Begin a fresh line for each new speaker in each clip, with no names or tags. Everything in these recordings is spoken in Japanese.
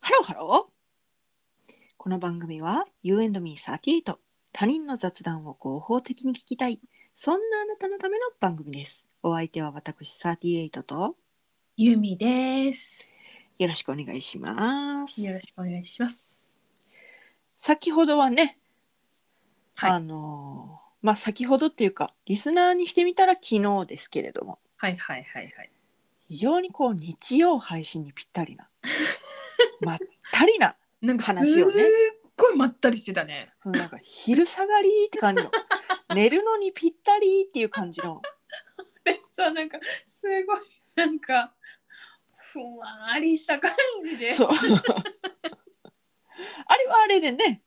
ハローハロー。この番組は You and me38 他人の雑談を合法的に聞きたいそんなあなたのための番組です。お相手は私38と
ゆみです。
よろしくお願いします。
よろしくお願いします。
先ほどはね、
はい
あのーまあ先ほどっていうかリスナーにしてみたら昨日ですけれども
はいはいはいはい。
非常にこう日曜配信にぴった りなまったりな
なんかす
話を
っ
ね
ごいまったりしてたね。
うんなんか昼下がりって感じの寝るのにぴったりっていう感じの
でさなんかすごいなんかふんわりした感じで
そう あれはあれでね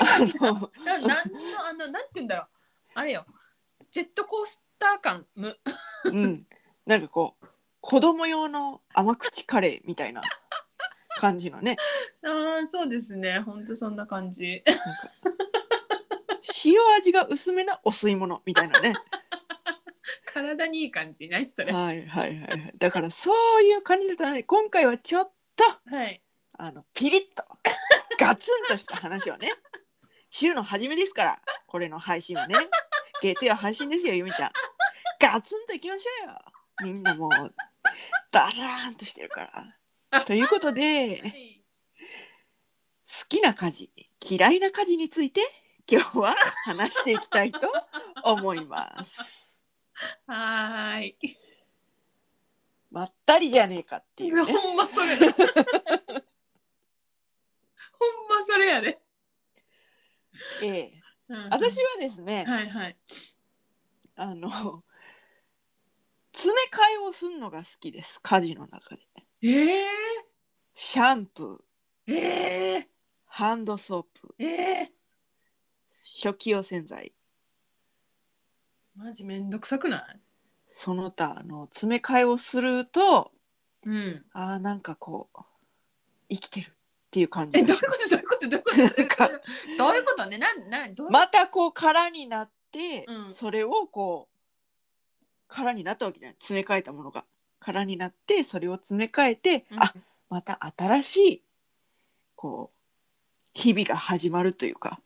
あの
ななんのあのなんて言うんだろうあれよジェットコースター感む
うんなんかこう子供用の甘口カレーみたいな感じのね
あーそうですねほんとそんな感じ。
塩味が薄めなお吸い物みたいなね
体にいい感じないそれ。は
はいはいはいはいだからそういう感じだったので今回はちょっと
い
あのピリッと ガツンとした話をね週の初めですからこれの配信はね月曜配信ですよゆみちゃんガツンといきましょうよみんなもうダラーンとしてるからということで
は
好
い
きな家事嫌いな家事について今日は話していきたいと思います
はーい。
まったりじゃねえかって いうね
ほんまそれだほんまそれやで。
ええ
うん
私はですね
はいはい。
あの詰め替えをするのが好きです家事の中で
ええ
シャンプー、
ええ
ハンドソープ、
ええ
食器用洗剤、
マジめんどくさくない
その他の詰め替えをすると、
うん。
あーなんかこう、生きてるっていう感じ
え、
が
どう
し
いう
ま
こ
す
とどういうことどう
な
いうこと
んか
どういうことねなんなんどういう
またこう空になって、
うん
それをこう、空になったわけじゃない。詰め替えたものが。空になって、それを詰め替えて、
うん
あ、また新しい、こう、日々が始まるというか、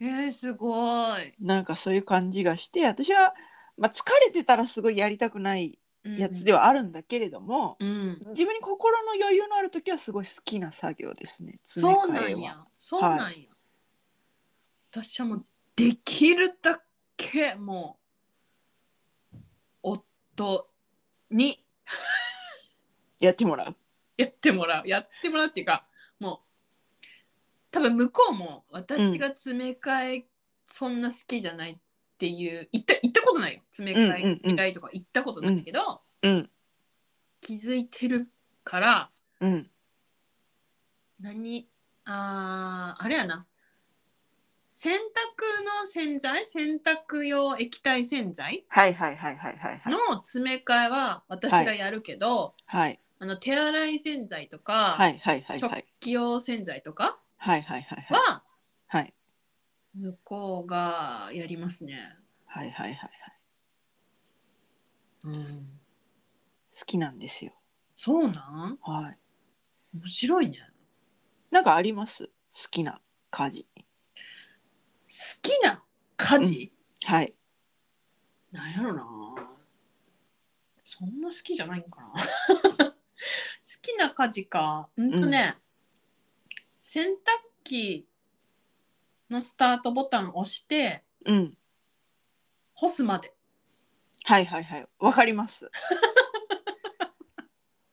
えー、すごい。
なんかそういう感じがして、私は、まあ、疲れてたらすごいやりたくないやつで
は。
はあるんだけれども、
うん。
自分に心の余裕のある時はすごい好きな作業ですね。詰め
そうな
替え
ん
は。
や。そうなんや。私はもうできるだけもう夫に
やってもらう。
やってもらうやってもらうっていうかもう多分向こうも私が詰め替えそんな好きじゃないっていう行った行ったことないよ詰め
うん
替
うんう
え
ん
嫌いとか行ったことないけど、
うん。
気づいてるから
うん。
何あーあれやな洗濯の洗剤洗濯用液体洗剤
はいはいはいはいはいはい。
の詰め替えは私がやるけど、
はい
あの手洗い洗剤とか、
はいはいはいはい
食。器用洗剤とか
はいはいはいはい。
は
はい
向こうがやりますね。
はいはいはいはい。
うん、
好きなんですよ。
そうなん
はい。
面白いね。
なんかあります好きな家事。
好きな家事、
はい。
なんやろな。そんな好きじゃないんかな。 好きな家事か。うんとね、洗濯機のスタートボタンを押して
うん。
干すまで。
はいはいはい。わかり ます。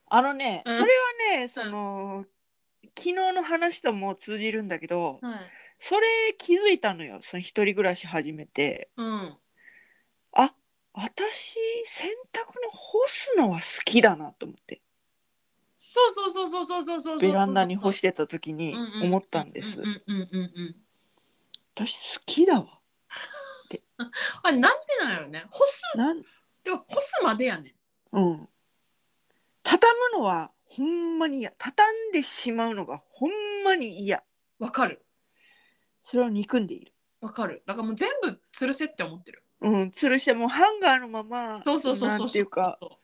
あのね、そ
うん
れはね、その、昨日の話とも通じるんだけど、
はい。
それ気づいたのよその一人暮らし始めて
うん。
あ私洗濯の干すのは好きだなと思って
そうそうそうそうそうそうそうそう。
ベランダに干
し
してた時に思ったんです
うんうんうんうんうん。
私好きだわ
あれなんでなんやろね。干す
なん
でも干すまでやねん。
うん畳むのはほんまに嫌畳んでしまうのがほんまに嫌
わかる
それを憎んでいる
わかるだからもう全部吊るせって思ってる
うん吊るしてもうハンガーのまま
そうそうそうそう
なんていうか
そ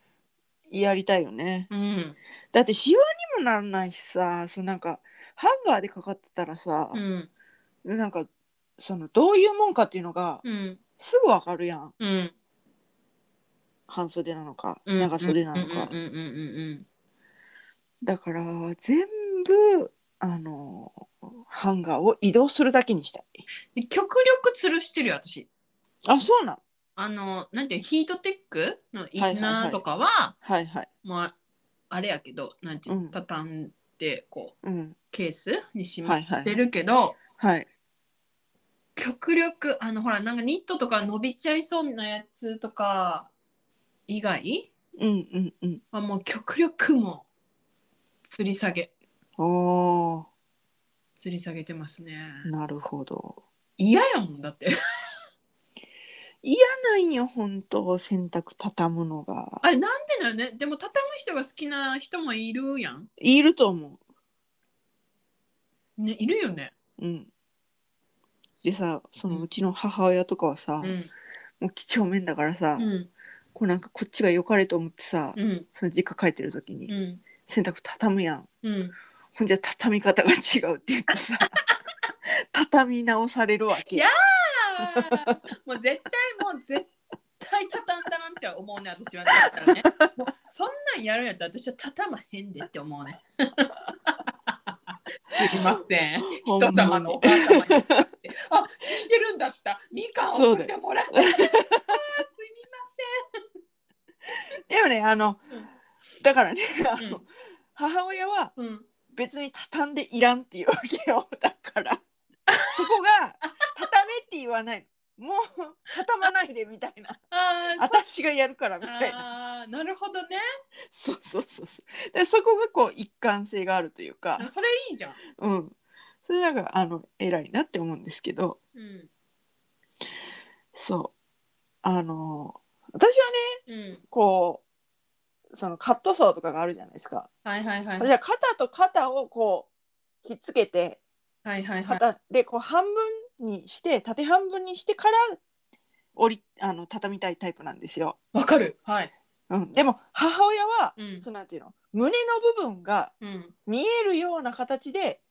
やりたいよね
ううん
だってシワにもならないしさそうなんかハンガーでかかってたらさ
う、ん
なんかそのどういうもんかっていうのが
うん
すぐわかるやん
うん
半袖なのか
うん
長袖なのか、
うんうんうんうん
だから全部あのハンガーを移動するだけにしたい
うん極力吊るしてるよ私
あそうなん
あのなんていうヒートテックのイ
はい
ン
はいは
ナ
い
ーとかは
はいはい
もうあれやけどなんていう
うん
の畳んでこ
う
う
ん
ケースにしま
は
っ
いはいは
て
い
るけど、
はい
極力あのほらなんかニットとか伸びちゃいそうなやつとか以外
うんうんうん
はもう極力もう吊り下げ
あ
吊り下げてますね
あなるほど
嫌やもんだって
ないよ本当洗濯畳むのが
あれなんでだよねでも畳む人が好きな人もいるやん、
いると思
ね、いるよね
ううんでさその
うん
うちの母親とかはさ、
うん
もう几帳面だからさ、
うん
こうなんかこっちが良かれと思ってさ、
うん
その実家帰ってる時に、
うん
洗濯畳むやん
うん
ほんじゃ畳み方が違うって言ってさ畳み直されるわけ
やあーもう絶対もう絶対畳んだなって思うね私はね だからねもうそんなんやるんやったら私は畳まへんでって思うね すいません
ほんま
人
に
様のお母 様に言ってあ聞いてるんだったみかんを送ってもらったあーすみ
でもねあの
うん
だからねあ
ません
の、母親は
うんうん
別に畳んでいらんっていうわけよだ からそこが畳めって言わないのもう畳まないでみたいな
あー そ
私がやるからみたいな
あーなるほどね
そうそうそうそうでそこがこう一貫性があるというか
それいいじゃん、
うんそれなんかあの偉いなって思うんですけど
うん
そうあの私はね
うん、
こうそのカットソーとかがあるじゃないですか。
はいはいはい
じゃあ肩と肩をこうひっつけて
はいはいはい
肩でこう半分にして縦半分にしてから折りあの畳みたいタイプなんですよ。
わかるはい
うん、でも母親は、
うん
そうなんていうの胸の部分が
うん
見えるような形で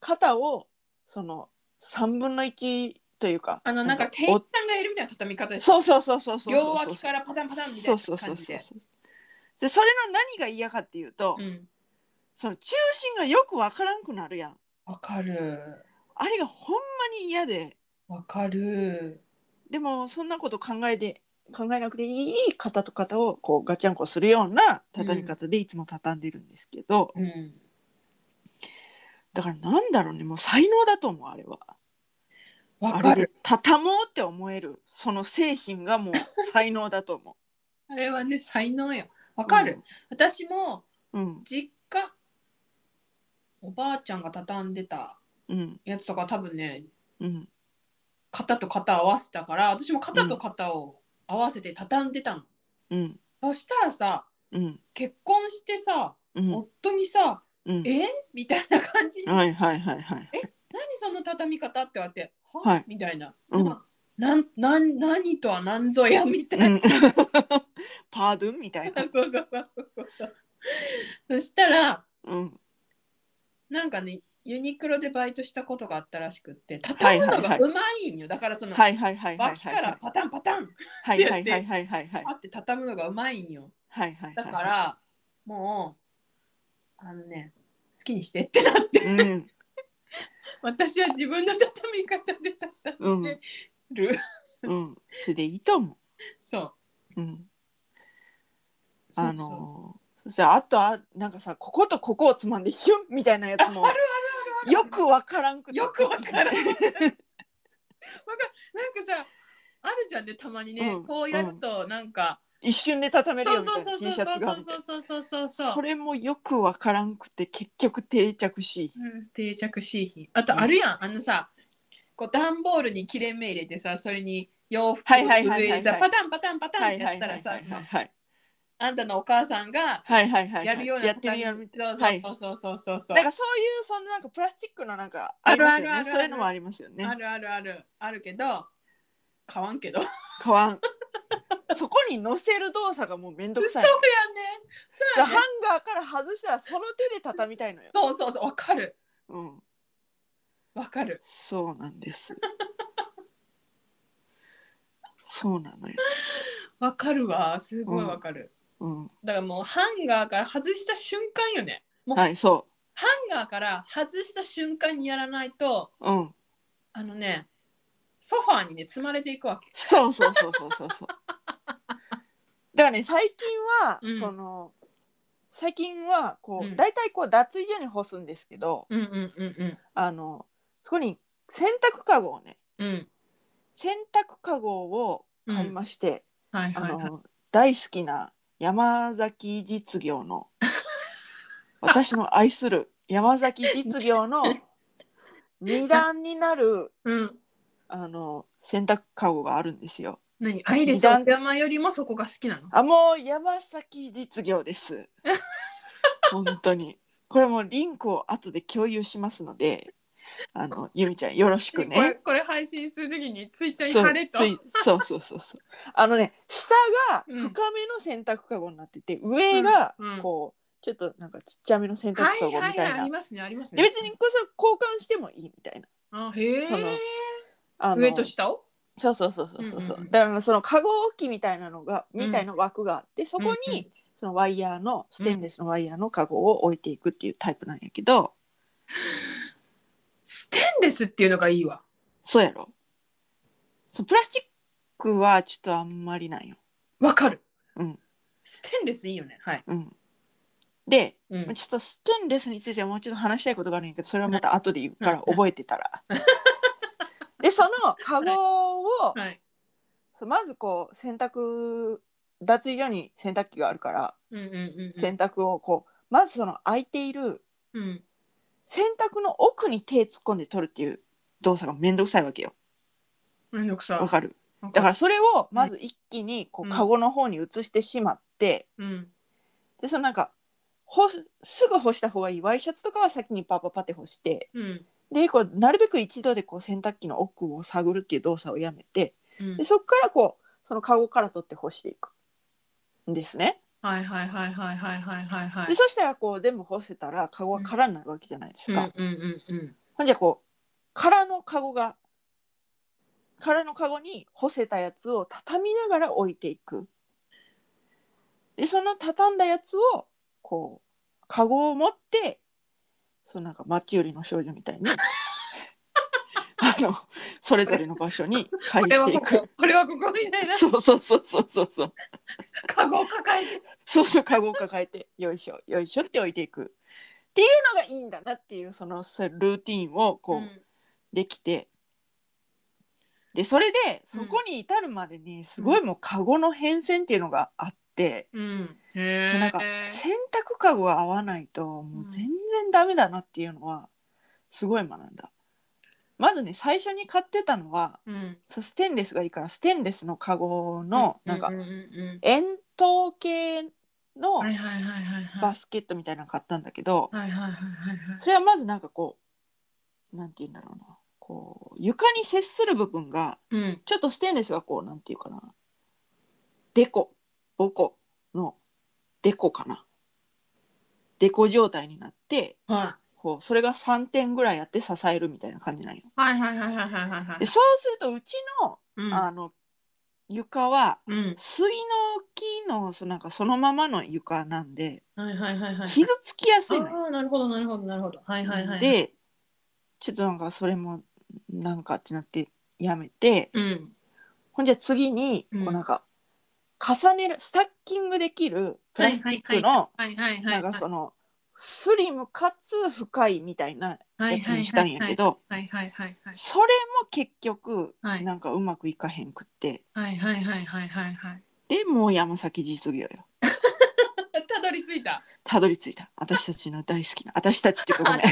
肩をその3分の1というか
あのなんか店員さ
お
んがいるみたいな畳み方です
そうそうそうそうそうそうそう
両脇からパタンパタンみた
そ
いう
そ
な
うそ
感
う
じ
そう
で。
そうでそれの何が嫌かっていうと、
うん
その中心がよくわからんくなるやん
わかる。
あれがほんまに嫌で
わかる。
でもそんなこと考えて考えなくていい肩と肩をこうガチャンコするような畳み方でいつも畳んでるんですけど、
うん。
だからなんだろうねもう才能だと思うあれは
わ
あ
か
れで
る。
畳もうって思えるその精神がもう才能だと思う
あれはね才能よ。わかる。私も
うん
実家おばあちゃんが畳んでた
うん
やつとか多分ね
うん
肩と肩合わせたから私も肩と肩を合わせて畳んでたの。
うん
そしたらさ
うん
結婚してさ、
うん
夫にさ
うん
「えみたいな感じに
はいはいはいはい
何その畳み方って言われて、は、
はい
みたいな。
うん
なん、なん、何とは何ぞやみたいうな。
ん パードゥンみたいな
そうそうそうそうそうそう。そしたら、
うん
なんかね、ユニクロでバイトしたことがあったらしくって、畳むのがうまいんよ。だからその、
はいはいはいはいはい
脇からパタンパタン、
はいはいはいはいはいはい
パって畳むのがうまいんよ。
はいはい。
だから、もう、あのね、好きにしてってなって、
うん、
私は自分の畳み方で畳んでる。
うん、それでいいと思
そ
う。
う。
うん、
そうそう
あのー、そしたらあとあなんかさこことここをつまんでヒュンみたいなやつも
あるあるあるある
よくわからんくて
よくわからん。わかなんかさ、あるじゃんね、たまにね、
うん
こうやると、なんか。
一瞬で畳める
そう
よみたい
そう
な
そう
T シ
そう
ャツがみたいな
そうそうそうそうそう
それもよくわからんくて結局定着し
うん定着し品。あとあるやん、あのさ、こう段ボールに切れ目入れてさ、それに洋服
はいはいはいはいはい
上にさ、パタンパタンパタン
は
っ
い
てや
は
っ
い
た
はい
ら
はい
さ、その
はい
あんたのお母さんが
はいはいはい
やるような
やってるやるみたい
そう
なはい
そうそうそうそうそう。
なんかそういうそのなんかプラスチックのなんかありますよ
あるあるあ
ね
る
そういうのもありますよね
あるあるあるあるけど、買わんけど。
買わんそこに乗せる動作がもうめんどく
嘘
さ
や
い
ね
の。
そう
さ
や
ハン
ね
ガーから外したらその手で畳みたいのよ。
そうそうそうわかる
うん、
わかる
そうなんです。そうなのよ。
わかるわすごいわかる、
うん、
だからもうハンガーから外した瞬間よねもう
はい、そ
ハンガーから外した瞬間にやらないと
う。うん、
あのねソファーにね積まれていくわけ
そうそうそうそうそうそう。だからね、最近は、
うん
その。最近はこ
う
う、
ん
大体こう脱衣所に干すんですけど、
うんうんうん
あの。そこに洗濯かごをね、
うんうん
洗濯かごを買いまして。
はい
あ
はい
の、
はい
大好きな山崎実業 の私の愛する山崎実業の二段になる
うん
あの洗濯かごがあるんですよ。
何アイリス奥山よりもそこが好きなの
あもう山崎実業 です。本当にこれもうリンクを後で共有しますので、あのゆみちゃんよろしく
これ
ね。
これ配信するときにツイッターに
そう
貼れと
ついそうそうそうそうあのね下が
うん
深めの洗濯かごになってて、上が
うんうん
こう、ちょっとなんかちっちゃめの洗濯
はい
かごみ
は
た
い
いな、
はいありますねありますね
で別にこれそれ交換してもいいみたいな
あへえ
そのあの
上と下を
そうそうそうそうそうそう,、
うんうんうん
だからそのかご置きみたいなのが
うん
みたいな枠があって、そこ
うんう
に
ん
そのワイヤーのステンレスのワイヤーのかごを置いていくっていうタイプなんやけど、
ステンレスっていうのがいいわ
そうやろそうプラスチックはちょっとあんまりなんよ
わかる
うん
ステンレスいいよねはい
うんで
う
まあ
ん
ちょっとステンレスについてはもうちょっと話したいことがあるんやけどそれはまた後で言うから
うん
覚えてたら。でそのカゴを
はい
そうまずこう洗濯脱衣所に洗濯機があるから
うんうんうん
洗濯をこうまずその空いている
うんうん
洗濯の奥に手突っ込んで取るっていう動作がめんどくさいわけよ
めんどくさ
わかる
わ
だ
かる
からそれをまず一気にこ
う
うんカゴの方に移してしまって
うん
でそのなんか干すすぐ干した方がいいワイシャツとかは先にパパパって干して。
うん
でこうなるべく一度でこう洗濯機の奥を探るっていう動作をやめて
うん
でそこからこうそのカゴから取って干していくんですね。
はいはいはいはいはいはいはいはい
でそしたらこう全部干せたらカゴは空になるわけじゃないですか。
うんうんうんうん
ほんじゃこう空のカゴが空のカゴに干せたやつを畳みながら置いていく。でその畳んだやつをこうカゴを持ってそのなんか町売りの少女みたい にあのそれぞれの場所に返
これ
し
は
てい
こ
く
こ。これはここみたいな
そうそうそうそうそうそう
カゴを抱えて
そうそうカゴを抱えてよいしょよいしょって置いていくっていうのがいいんだなっていうそのそうルーティンをこう、できてでそれでそこに至るまでにすごいもうカゴの変遷っていうのがあって、
うんうんへえ
なんか洗濯カゴが合わないともう全然ダメだなっていうのはすごい学んだ。まずね最初に買ってたのは
うん
そうステンレスがいいからステンレスのカゴのなんか
ううううん
円筒形の
はいはいはいはいはい
バスケットみたいなの買ったんだけど
はいはいはいはいはい
それはまずなんかこうなんて言うんだろうなこう床に接する部分が
うん
ちょっとステンレスがこうなんていうかなデコボコのデコかなデコ状態になって
は
こうそれが3点ぐらいあって支えるみたいな感じなんよ。
いはいはいはいはいはいはいは
で
い
そうするとうちの,、
うん
あの床は
うん
水の木のそのなんかそのままの床なんで
はいはいはいはい
傷つきやすいのよ。
ああなるほどなるほどなるほどはいはいはい
でちょっとなんかそれもなんかってなってやめて
うん
ほんじゃ次に
うん
こうなんか重ねるスタッキングできるプラスチックの
はいはいはい
なん
は
か
い
そのスリムかつ深いみたいな
はい
やつ
はい
にしたんやけど
はいはいはいはい
それも結局
はい
なんかうまくいかへんくって
はいはいはいはいはいはい
でもう山崎実業よ
たどり着いた
たどり着いた私たちの大好 きな私たちっていうかごめん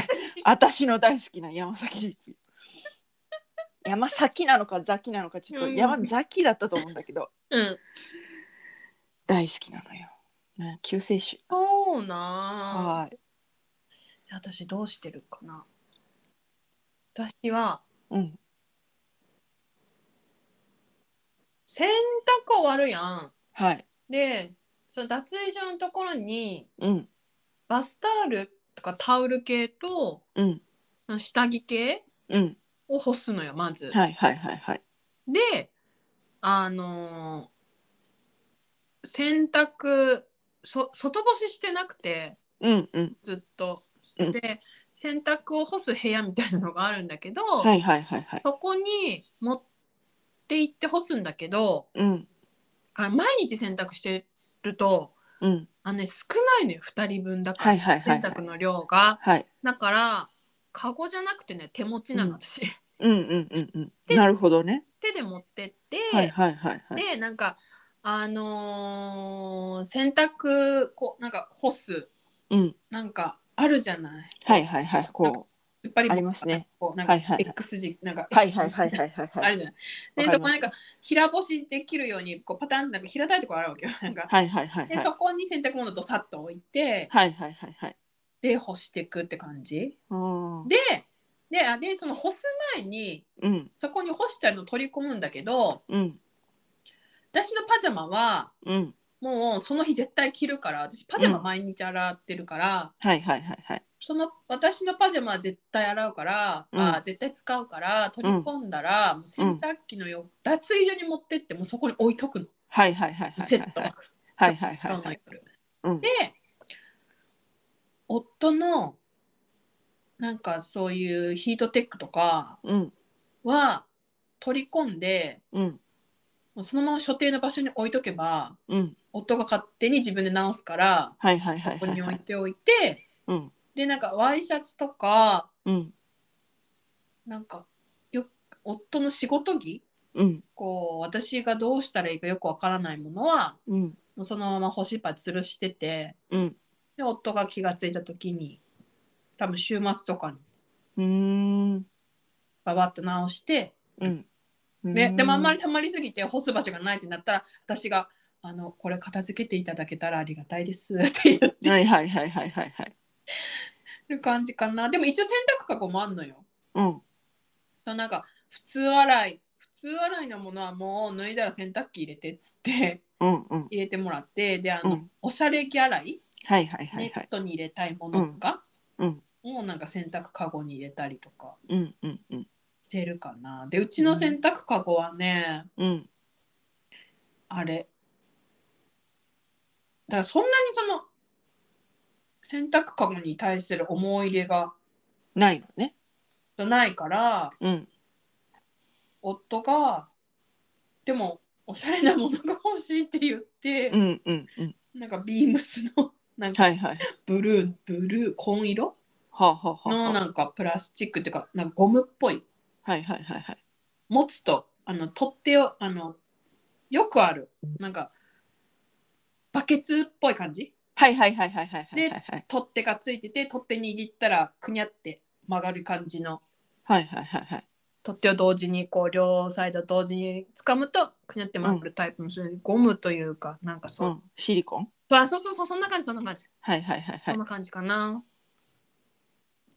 私の大好きな山崎実業山崎なのかザキなのかちょっと
うん
山崎だったと思うんだけど
うん
大好きなのよもう救世主
そうな
はい
ー私どうしてるかな私は
うん
洗濯終わるやん。
はい。
でその脱衣所のところに
うん。
バスタオルとかタオル系と
うん。
下着系
うん。
を干すのよまず。
はいはいはいはい。
であのー洗濯そ外干ししてなくて
うんうん。
ずっと。
うん
で洗濯を干す部屋みたいなのがあるんだけど、
はいはいはいはい。
そこに持って行って干すんだけど
うん。
あ毎日洗濯してると
うん。
あの、ね、少ないのよ2人分だから、
はいはいはい
洗
は
濯
い。
の量が。
はい。
だからカゴじゃなくてね手持ちなの私、
うんうんうんうん。
で
なるほどね。
手で持ってって、
はいはいはいはい。
でなんかあのー洗濯こうなんか干す
うん。
なんかあるじゃない
はいはいはい。こ
突っ張り
う。ありますね。
こうなんか
はいはいはい
X 字なんか
はいはいはいはいはい
あ
は
る
い。
じゃない。
わ
で
かります
そこなんか平干しできるようにこうパターンなんか平たいところあるわけよ。 なんか
はいはいはい
で
はい。
そこに洗濯物どさっと置いて
はいはいはいはい。
で干していくって感じ。
うん。
でであでその干す前に
うん
そこに干したの取り込むんだけど
うん
私のパジャマは
うん。
もうその日絶対着るから私パジャマ毎日洗ってるから、
はいはいはいはい。
その私のパジャマは絶対洗うから、
うん
あー絶対使うから取り込んだら、もう洗濯機のよ脱衣所に持ってってもうそこに置いとくの、
はいはいはいはい。
セット、
はいはいはいは
今日の
い。
夜
うん
で夫のなんかそういうヒートテックとか
うん
は取り込んで
うん
もうそのまま所定の場所に置いとけば
うん。
夫が勝手に自分で直すから
はいはいはい
ここ
はい
に
は
置い
い。
ておいて
うん
でなんかワイシャツとか
うん
なんかよ夫の仕事着
うん
こう私がどうしたらいいかよくわからないものは
うん
もうそのまま干しっぱ吊るしてて
うん。
で夫が気がついた時に多分週末とかに
うん
ババッと直して、
うん。
ね、でもあんまり溜まりすぎて干す場所がないってなったら私があの「これ片付けていただけたらありがたいです」って言って
はいはいはいはいはいはい。
る感じかなでも一応洗濯かごもあんのよ。
うん
そのなんか普通洗い普通洗いのものはもう脱いだら洗濯機入れてっつって
うんうん。
入れてもらってであ
う
の、
ん
おしゃれ着洗い
はいはいはい
ネ
は
ッ
い。
トに入れたいものとか、
うん
もうなんか洗濯かごに入れたりとか
うんうんうん
してるかなでうちの洗濯かごはね、
うん
あれだからそんなにその洗濯かごに対する思い入れが
ないのね。
ないから
うん
夫がでもおしゃれなものが欲しいって言って、
うんうんうん。
なんかビームスの なんか
はいはい。
ブルーブルー紺色
はあはあはあ
の
は
な
あ。
んかプラスチックっていうかなんかゴムっぽい
はいはいはいはい。
持つとあの取っ手をあのよくあるなんかバケツっぽい感じ
はいはいはいはいはいはい
で
はいはい。
取っ手がついてて取っ手握ったらくにゃって曲がる感じの
はいはいはいはい。
取っ手を同時にこう両サイド同時に掴むとくにゃって曲がるタイプの、そういうゴムというかなんか
う
そう、
ん。シリコン。
あそうそうそうそんな感じそんな感じ、
はいはいはいは
そん
い。
な感じかな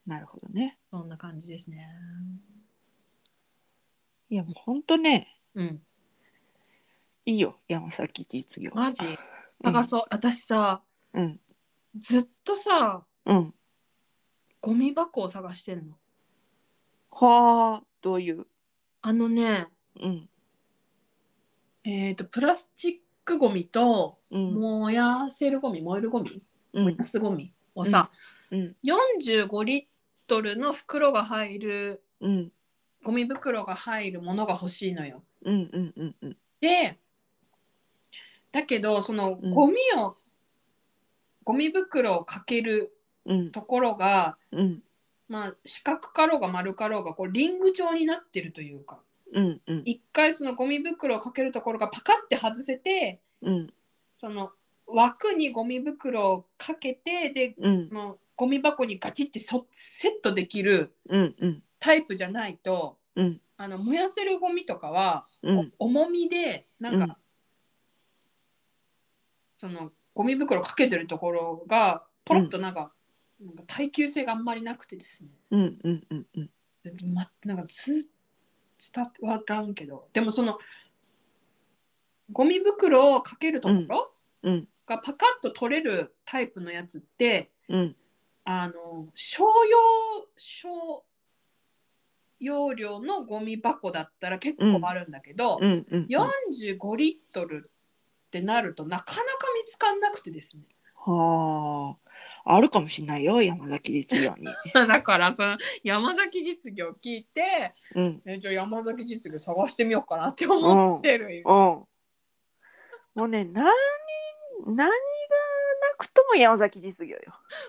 なるほどね。
そんな感じですね
いやもう本当ね。
うん
いいよ山崎実業。
マジ探そう、私さ
うん
ずっとさ
うん。
ゴミ箱を探してんの
はあどういう。
あのね
うん
えっ、とプラスチックゴミと
うん
燃やせるゴミ燃えるゴミ
うん
ガスゴミをさ、
うん
45リットルの袋が入る
うん
ゴミ袋が入るものが欲しいのよ。
うんうんうんうん。
でだけどその
うん
ゴミを、ゴミ袋をかける
うん
ところが、
うん
まあ、四角かろうが丸かろうがこうリング状になってるというか
うんうん
一回そのゴミ袋をかけるところがパカッて外せて
うん
その枠にゴミ袋をかけてで、
うん
そのゴミ箱にガチってそセットできる
うんうん
タイプじゃないと
うん
あの燃やせるゴミとかは、
うん
お重みでなんか、
うん
そのゴミ袋かけてるところがポロッとなんか,、なんか耐久性があんまりなくてですね、
うんうんうんうん。
ま、なんかつ伝わらんけどでもそのゴミ袋をかけるところ
うん
がパカッと取れるタイプのやつって、
うん
あの商用商容量のゴミ箱だったら結構あるんだけど、
うんうんうん
45リットルってなるとなかなか見つかんなくてですね
はああるかもしれないよ山崎律業 に。
だからその山崎実業聞いて
うん
えじゃあ山崎実業探してみようかなって思ってる、
うんもうね何何がなくとも山崎実業よ。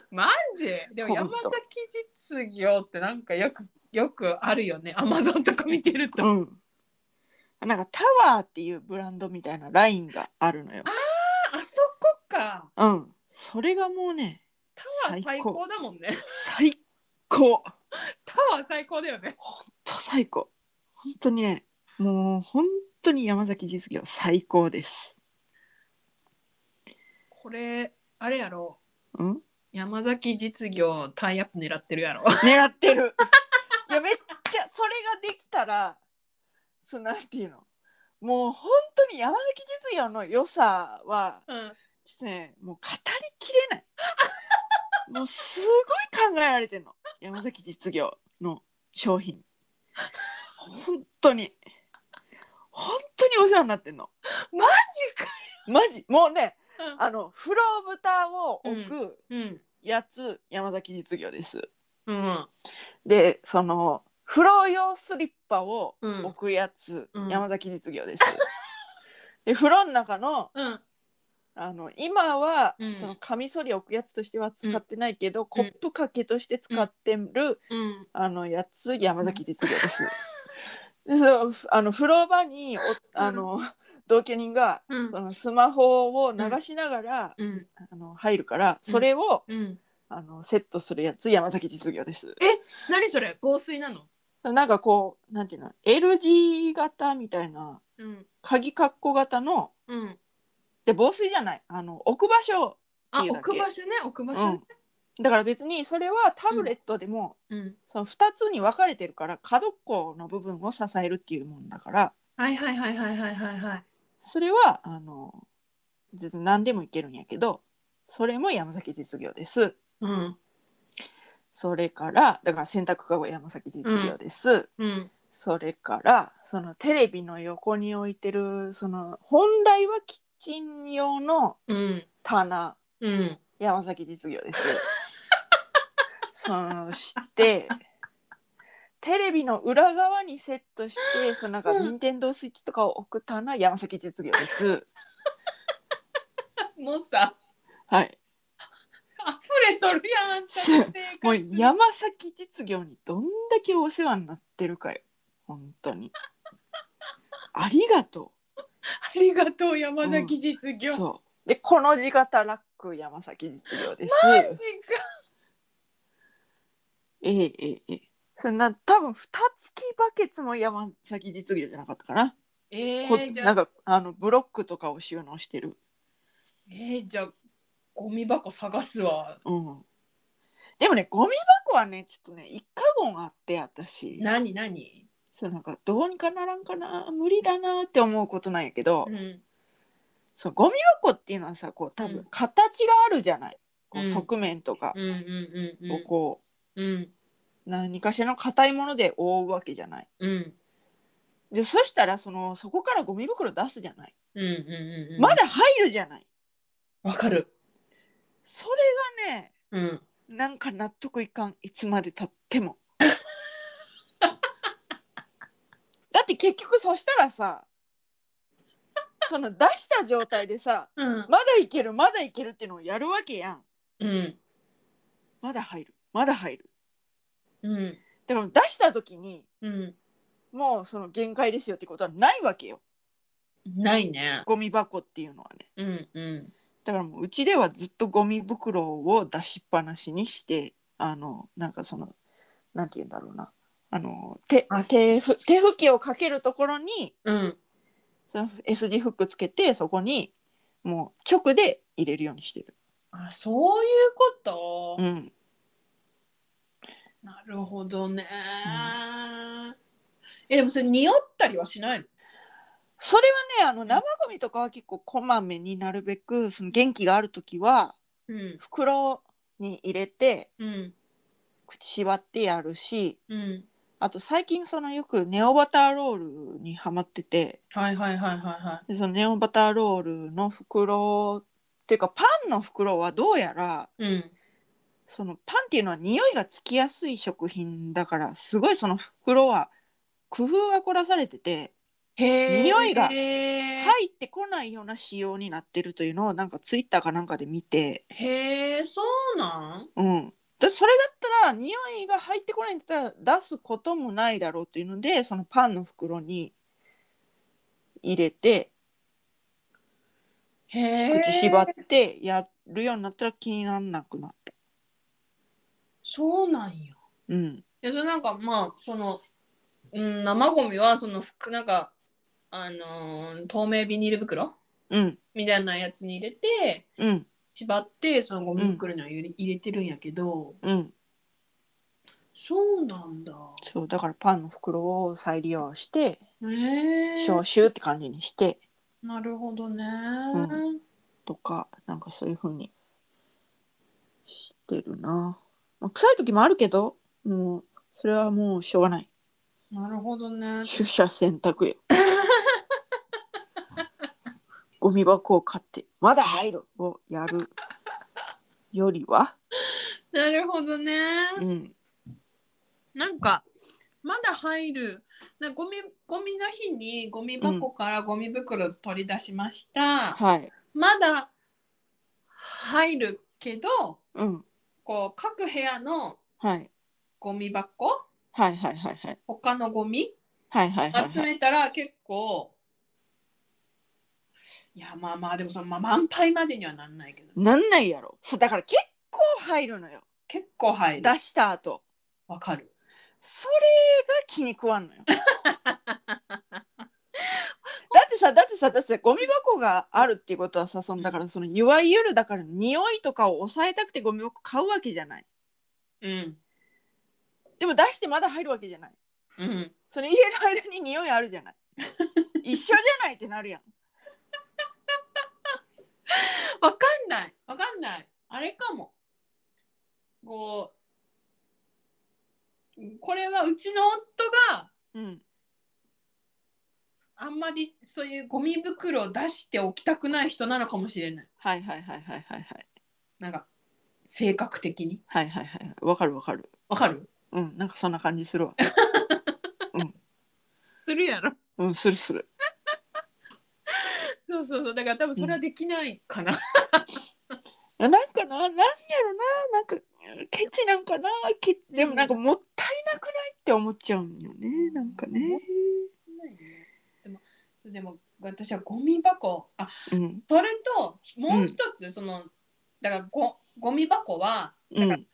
マジでも
ほん
山
と
崎実業ってなんかよくよくあるよねアマゾンとか見てると、
うん。なんかタワーっていうブランドみたいなラインがあるのよ。
あそこか
うん。それがもうね
タワー最高だもんね
最高。
タワー最高だよね
ほんと最高。本当にねもう本当に山崎実業最高です。
これあれやろ
うん。
山崎実業タイアップ狙ってるやろ
狙ってるいやめっちゃそれができたらそうなんていうのもう本当に山崎実業の良さは
うん
ちょっとねもう語りきれないもうすごい考えられてんの山崎実業の商品本当に本当にお世話になってんの
マジか
マジもうね
うん
あの風呂蓋を置く
うん
やつ、山崎実業です
うん
でその風呂用スリッパを
うん
置くやつ、
うん
山崎実業 です。で風呂の中の
うん
あの今は、
うん
そのカミソリ置くやつとしては使ってないけど、コップ掛けとして使ってる、
うん
あのやつ山崎実業です。 でそうあの風呂場におあの同居人が
うん
そのスマホを流しながら、
うん
あの入るからそれを、
うん
あのセットするやつ山崎実業です。
何それ防水なの
なんかこう、なんていうの、L 字型みたいな、
うん
鍵括弧型の、
うん
で、防水じゃない、あの、置く場所。っ
あ
ていうだ
置
け
く場所ね置く場
う
所ね
ん、だから別にそれはタブレットでも、
うん
その2つに分かれてるから、角っこの部分を支えるっていうもんだから、
はいはいはいはいはいはいはい
それは、あの、全然何でもいけるんやけど、それも山崎実業です。
うん
それから、だから洗濯かご山崎実業です。
うん
それからそのテレビの横に置いてるその本来はキッチン用の
うん
棚
うん
山崎実業です そしてテレビの裏側にセットしてそのなんか
うん
任天堂スイッチとかを置く棚山崎実業です
もうさ
はい
溢れとるやんあんたの
そう
生活
もう 山崎実業にどんだけお世話になってるかよ本当にありがとう
ありがとう山崎実業、
そう。で、この字型ラック山崎実業です。
マジか
ええええええ。そんな、多分蓋付きバケツも山崎実業じゃなかったかな。
え
こ
ー、じゃ
なん
あ
か、あの、ブロックとかを収納してる。
えー、じゃあゴミ箱探すわ
うん。でもね、ゴミ箱はね、ちょっとね、一家言あって、私。
何何
そう、なんか、どうにかならんかな、無理だなって思うことなんやけど、
うん
そう、ゴミ箱っていうのはさ、こう、多
う
分
ん
形があるじゃない。こう
うん
側面とか
うんうんうん
をこう、
うん
何かしらの硬いもので覆うわけじゃない。
うん
でそしたらそのそこからゴミ袋出すじゃない。
うんうんうん
まだ入るじゃない。
わかる
それがね
うん
なんか納得いかんいつまでたっても。 だって結局そしたらさその出した状態でさ
うん
まだいけるまだいけるっていうのをやるわけやん。
うん
まだ入るまだ入る。
うん
だから出した時に
うん
もうその限界ですよってことはないわけよ
ないね
ゴミ箱っていうのはね。
うんうん
だからもううちではずっとゴミ袋を出しっぱなしにしてあのなんかそのなんて言うんだろうなあの手
あ
手ふ手拭きをかけるところに
うん
その S 字フックつけてそこにもう直で入れるようにしてる。
あそういうこと、
うん、
なるほどね、えでもそれ匂ったりはしないの
それはねあの生ゴミとかは結構こまめになるべくその元気がある時は
うん
袋に入れて
うん
口縛ってやるし
うん
あと最近そのよくネオバターロールにはまってて
はいはいはいはいは
でそのネオバターロールの袋っていうかパンの袋はどうやら
いうん
そのパンっていうのは匂いがつきやすい食品だからすごいその袋は工夫が凝らされてて
へえ
匂いが
へえ、
入ってこないような仕様になってるというのをなんかツイッターかなんかで見て、
へえそうなん
うん、でそれだったら匂いが入ってこないんだったら出すこともないだろうっていうのでそのパンの袋に入れて
へえ
口縛ってやるようになったら気にならなくなった。
そうなんや
うん
いやそれなんかまあその、うん、生ゴミはその服なんかあのー透明ビニール袋
うん
みたいなやつに入れて
うん
縛ってそのゴミ袋には入れ,、入れてるんやけど
うん、
そうなんだ
そうだからパンの袋を再利用して
へえ
消臭って感じにして
なるほどね、
んとかなんかそういう風にしてるな、まあ、臭い時もあるけどもうそれはもうしょうがない
なるほどね
取捨選択よゴミ箱を買ってまだ入るをやるよりは
なるほどね、
うん
なんかまだ入るなゴミゴミの日にゴミ箱からゴミ袋取り出しました、
はい
まだ入るけど
うん
こう各部屋の
はい
ゴミ箱
はいはいはいはい
他のゴミ
はいはいはい
集
はい
めたら結構いやまあまあでもその、まあ、満杯までにはなんないけど
なんないやろそうだから結構入るのよ
結構入る
出した後
わかる
それが気に食わんのよ。だってさだってさだってさゴミ箱があるっていうことはさそのだからそのいわゆるだから匂いとかを抑えたくてゴミ箱買うわけじゃない。
うん
でも出してまだ入るわけじゃない。
うん
それ入れる間に匂いあるじゃない。一緒じゃないってなるやん。
わかんないわかんないあれかもこうこれはうちの夫が
うん。
あんまりそういうゴミ袋を出しておきたくない人なのかもしれない
はいはいはいはいはいはい
なんか性格的に
はいはいはいわかるわかる。
わかる
うんなんかそんな感じするわ。
するやろ
うんするする。
そうそうそうだから多分それはできないかな、
なんかな、なんやろな、なんかケチなんかな、ケでもなんかもったいなくないって思っちゃうんよね、なんかね。
ないねでもそうでも私はゴミ箱あ
うん、
それともう一つ、そのだからゴゴミ箱は、
う
だから
ん、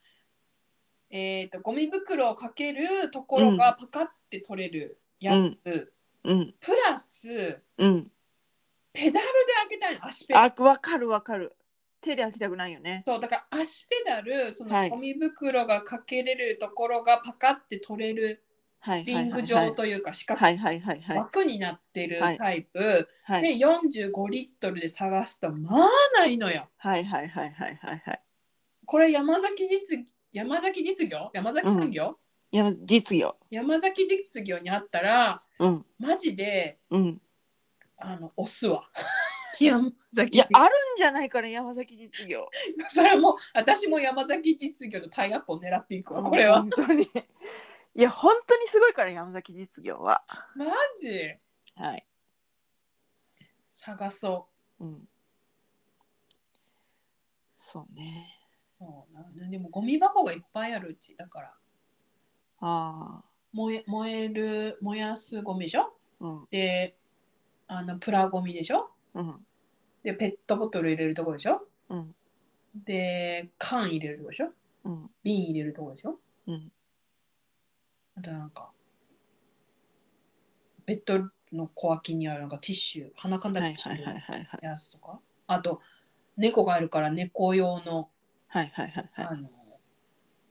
えー、とゴミ袋をかけるところがパカって取れるやつ、
うんうん、
プラス
うん、
ペダルで開けたいの足ペダル
あ、わかるわかる。手で開きたくないよね。
そうだから足ペダルそ
は
の
い
ゴミ袋がかけれるところがパカって取れる
はい、
リング
は
状
い
というか四角
はいはいはいはいはい
枠になってる
はい
タイプ、
はい
で45リットルで探すとまあないのよ。
はいはいはいはいはいはい。
これ山崎実山崎実業山崎産業、
いや、実業。
山崎実業にあったら
うん、
マジで
うん。
あの押すわ山崎
いや、あるんじゃないから、山崎実業。
それも私も山崎実業のタイアップを狙っていくわこれは
本当に。いや、本当にすごいから、山崎実業は。
マジ
はい。
探そ
うん。そうね。
うそうなんでもゴミ箱がいっぱいあるうちだから
あ
燃え燃える燃やすゴミでしょ
あ、うん、
であのプラゴミでしょ
うん、
でペットボトル入れるとこでしょ
うん、
で缶入れるとこでしょ
うん、
瓶入れるとこでしょ
うん、
あとなんか、ベッドの小脇にあるなんかティッシュ、鼻かんだ
は
テ
い
ィッシ
はいはい
ュの
はいはい、
やつとか、あと、猫がいるから猫用の、
はいはいはいはい、
あの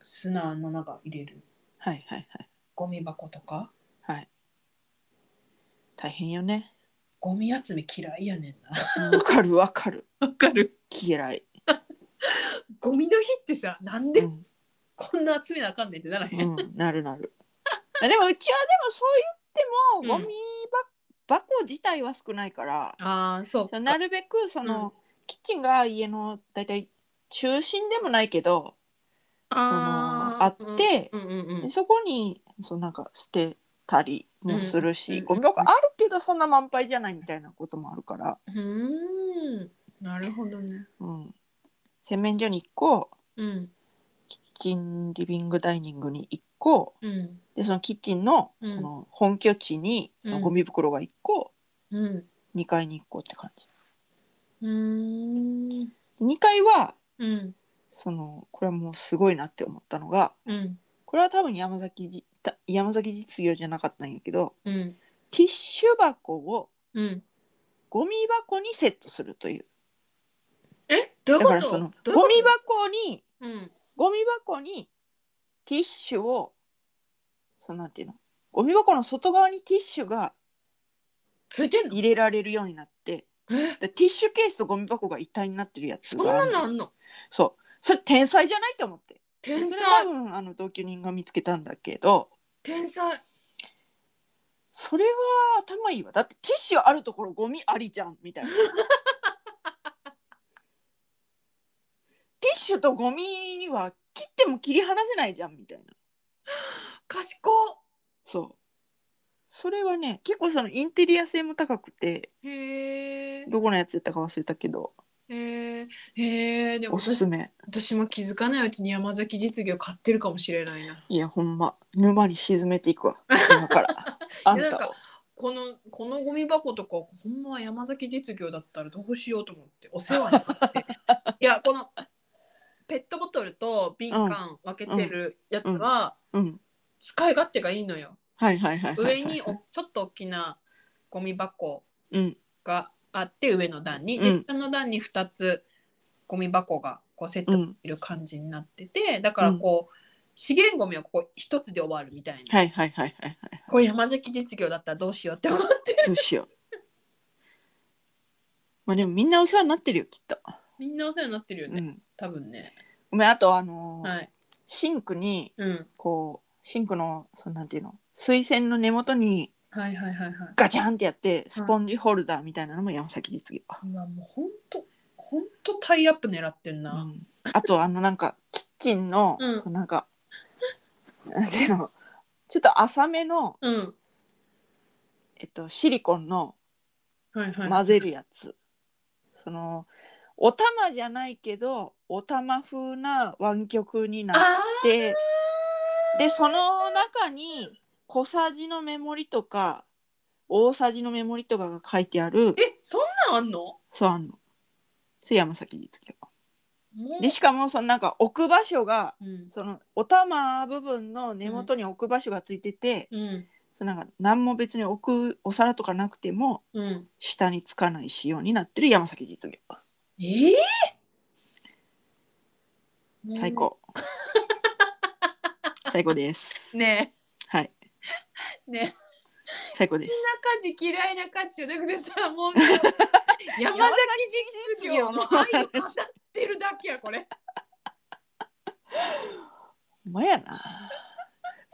砂の中入れる
はいはいはい、
ゴミ箱とか、
大変よね。
ゴミ集め嫌いやねんな
わかるわかる。
わかる
嫌い。
ゴミの日ってさなん
う
で
ん、
こんな集めなあかんねんってならへん、
うん、なるなる。あでもうちはでもそう言っても、
うん
ゴミば箱自体は少ないから、
ああそうか
なるべくその、キッチンが家のだいたい中心でもないけど、
あー
あって
うんうんうんうん
そこにそうなんか捨てたりもするし、
うん
ゴミ箱あるけどそんな満杯じゃないみたいなこともあるから、
うーんなるほどね
うん、洗面所に1個
うん
キッチンリビングダイニングに1個
うん
でそのキッチンの
うん
その本拠地にそのゴミ袋が1個、
うん
2階に1個って感じ
うーん
2階は
うん
そのこれはもうすごいなって思ったのが
うん
これは多分山崎じた山崎実業じゃなかったんやけど
うん
ティッシュ箱を
うん
ゴミ箱にセットするという
えどうい
だ
うこ
か
と
らその
どういうこと
ゴミ箱に
うん
ゴミ箱にティッシュをそのなんていうのゴミ箱の外側にティッシュが
ついてんの
入れられるようになって
え
でティッシュケースとゴミ箱が一体になってるやつ
そんな
がある
のあんの
そうそれ天才じゃないと思ってそれ
天才
多分あの同居人が見つけたんだけど
天才
それは頭いいわだってティッシュあるところゴミありじゃん みたいなティッシュとゴミは切っても切り離せないじゃんみたいな
賢
そうそれはね結構そのインテリア性も高くて
へえ
どこのやつやったか忘れたけど
へえへえでも
おすすめ
私も気づかないうちに山崎実業買ってるかもしれないない
やほんま沼に沈めていくわ今から あん
いやなん
た
か
を
このこのゴミ箱とかほんまは山崎実業だったらどうしようと思ってお世話に なっていやこのペットボトルと瓶缶分けてるやつは
うん
使い勝手がいいのよ
はいはいはいはい、はい、
上におちょっと大きなゴミ箱
うん
があって上の段に
う
で
ん
下の段に2つゴミ箱がこうセット
う
され
ん
てる感じになっててだからこう資源ゴミはここ1つで終わるみたいな
はいはいはいはいはい
これ山崎実業だったらどうしようって 思って
どうしよう。まあでもみんなお世話になってるよきっと。
みんなお世話になってるよ
う
ね、
ん。
多分ね。
ごめんあとあのー
はい。
シンクに
うん。
こうシンクのそのなんていうの水洗の根元に
はいはいはいはい。
ガチャンってやってスポンジホルダーみたいなのも山崎実業。
うわもう本当本当タイアップ狙ってん
う
な。
ん、あとあのなんかキッチンの、
うん
そのなんかなんていうのちょっと浅めの
うん。
えっとシリコンの
はいはい。
混ぜるやつ。そのお玉じゃないけどお玉風な湾曲になっ
あ
ででその中に小さじのメモリとか大さじのメモリとかが書いてある
ーえそんなんあんの？も
そうあんのそれ山崎実業
う
でしかもそのなんか置く場所が
うん
そのお玉部分の根元に置く場所がついてて、
うん
そのなんか何も別に置くお皿とかなくても
うん。
下につかない仕様になってる山崎実業
ええ
最。高最高です、
ね
はい
えねえ。
最高で
口
す
な家事嫌いな家事じゃなくてさもう山崎実業の愛を語ってるだけやこれ。
ほんまやな。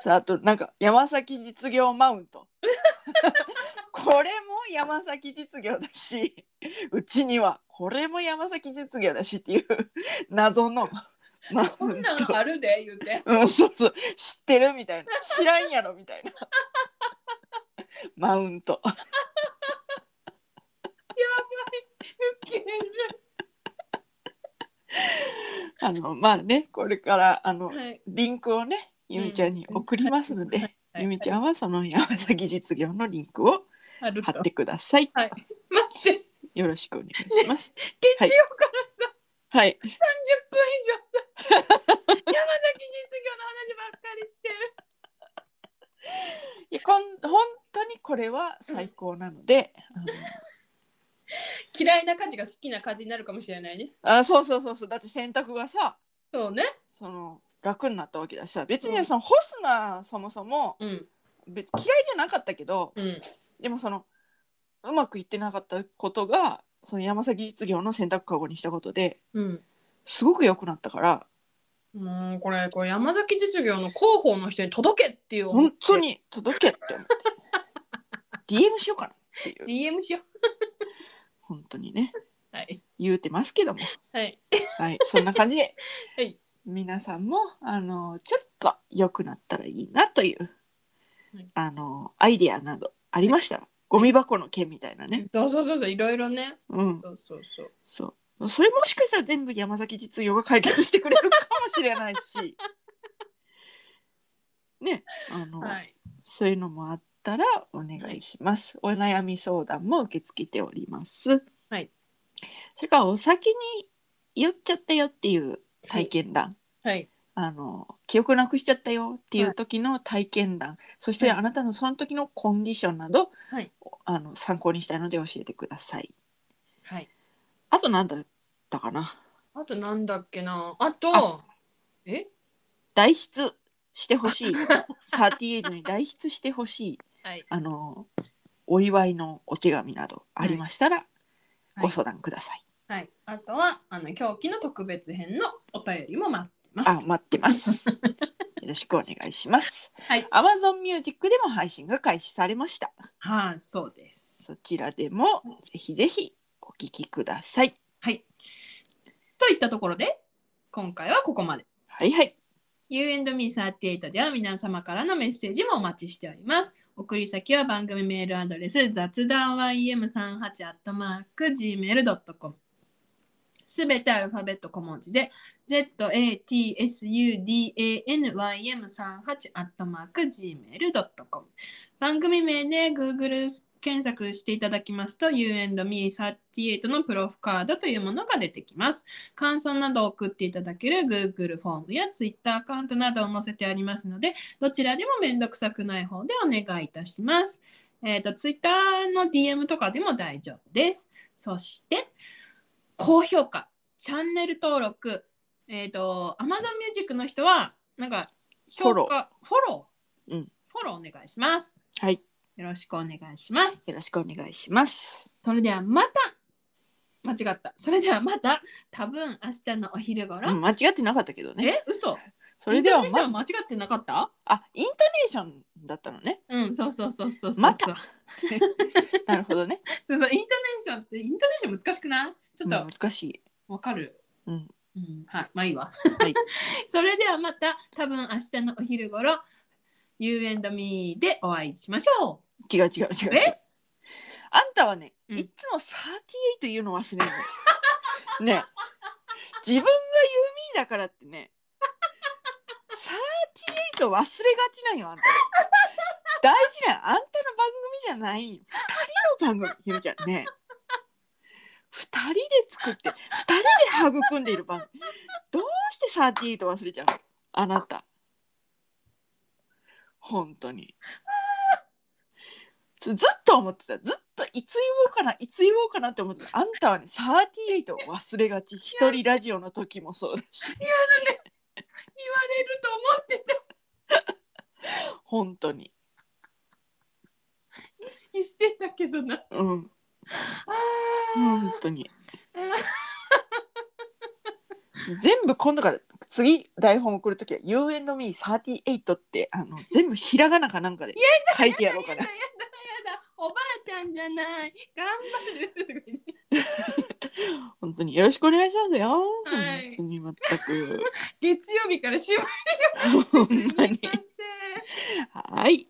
さあ、あと、なんか、山崎実業マウン ト。これも山崎実業だし、うちには、これも山崎実業だしっていう 謎のマ
こ
ウ
ん
ン
なん
ト。
あるで言うて。
うん、そうそう、知ってるみたいな。知らんやろみたいな。マウント。
ウケる
あの、まあね、これから、あの、
はい。
リンクをね、ゆみちゃんに送りますので、
はい
ゆみちゃんはその山崎実業のリンクを
ある
貼
と
ってください。
はい待って
よろしくお願いし ます。
月曜からさ、
はい。
30分以上さ山崎実業の話ばっかりしてる
いやこん本当にこれは最高なので、
嫌いな家事が好きな家事になるかもしれないね
あのあそうそうそうそうだって洗濯がさ
そうね
その楽になったわけだしさ別
うん
にその干すなそもそも
うん
別嫌いじゃなかったけど
うん
でもそのううまくいってなかったことがその山崎実業の洗濯かごにしたことで
うん。
すごく良くなったから
もうこれこれ山崎実業の広報の人に届けっていう
本当に届けって思って DM しようかなっていう
DM しよう
本当にね
はい
言うてますけども
はい
はいそんな感じで、
はい
皆さんもあのちょっと良くなったらいいなという、
はい
あのアイディアなどありましたら、ゴミ箱の件みたいなね、
そうそうそうそういろいろね
うん、
そうそうそう
そう。それもしかしたら全部山崎実業が解決してくれるかもしれない し。ね、あの、
はい
そういうのもあったらお願いします。お悩み相談も受け付けております。
はい。
それからお酒に酔っちゃったよっていう体験談。
はい
あの記憶なくしちゃったよっていう時の体験談、そしてあなたのその時のコンディションなど、
はい
あの参考にしたいので教えてください。
はい
あと何だったかな
あとなんだっけなあと
あ
え
代筆してほ しい38に代筆してほしい
はい
あのお祝いのお手紙などありましたらご相談ください、
はいあとはあの狂気の特別編のお便りも待ってます
あ待ってます よろしくお願いします
はい
Amazon Music でも配信が開始されました
はいそうです
そちらでもぜひぜひお聞きください
はいといったところで今回はここまで
はいはい
You&Me38 では皆様からのメッセージもお待ちしております。送り先は番組メールアドレス雑談 ym38-gmail.com すべてアルファベット小文字で zatsudanym38-gmail.com 番組名で Google 検索していただきますと You&Me38 のプロフカードというものが出てきます。感想などを送っていただける Google フォームや Twitter アカウントなどを載せてありますので、どちらでもめんどくさくない方でお願いいたします。えっ、と、Twitter の DM とかでも大丈夫です。そして、高評価、チャンネル登録、えっ、と、Amazon Music の人は、なんか、評価、フォロー、
うん
フォローお願いします。
はい
よろしくお願いします。
よろしくお願いします
それではまた、間違った。それではまた、多分明日のお昼頃、
うん間違ってなかったけどね
え嘘
それでは
イントネーション
ま
間違ってなかった
あイントネーションだったのね
うんそうそうそうそうそう
またなるほどね
そうそうイントネーションってイントネーション難しくないちょっ
う
と
ん難しい
わかる
うん、
うん、はいまあいいわ、
はい
それではまた多分明日のお昼頃 You and me でお会いしましょ
違う違う違う違う
え
あんたはね、
うん
いつも38言うの忘れる のね自分がユーミーだからってね38忘れがちなんよあんた大事なんあんたの番組じゃないよ二人の番組ゆみちゃんね二人で作って二人で育んでいる番組どうして38忘れちゃうのあなた本当にずずっと思ってたずっといつ言おうかないつ言おうかなって思ってたあんたはね38を忘れがち一人ラジオの時もそうだし
う言われると思ってた
本当に
意識してたけどな
うん
あ
本当に
ー、あ
全部今度から次台本送る時は「You and me38」ってあの全部ひらがなかなんかで書いてやろうか
ーやだやだや
な
だおばあちゃんじゃない頑張るとか言って
本当によろしくお願いしますよ、
はい
本当に全く
月曜日から週末
本
すみま
当
せん
にはい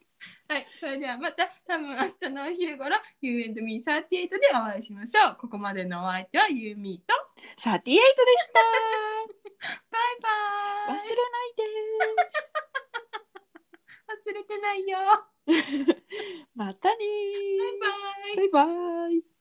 はい、それではまた多分明日のお昼頃 You and me38 でお会いしましょう。ここまでのお相手はユーミーと
38でした
バ
忘
イバ
れ
イ
ない
忘れてないよ。
でまたね
バイバイ
バイバイ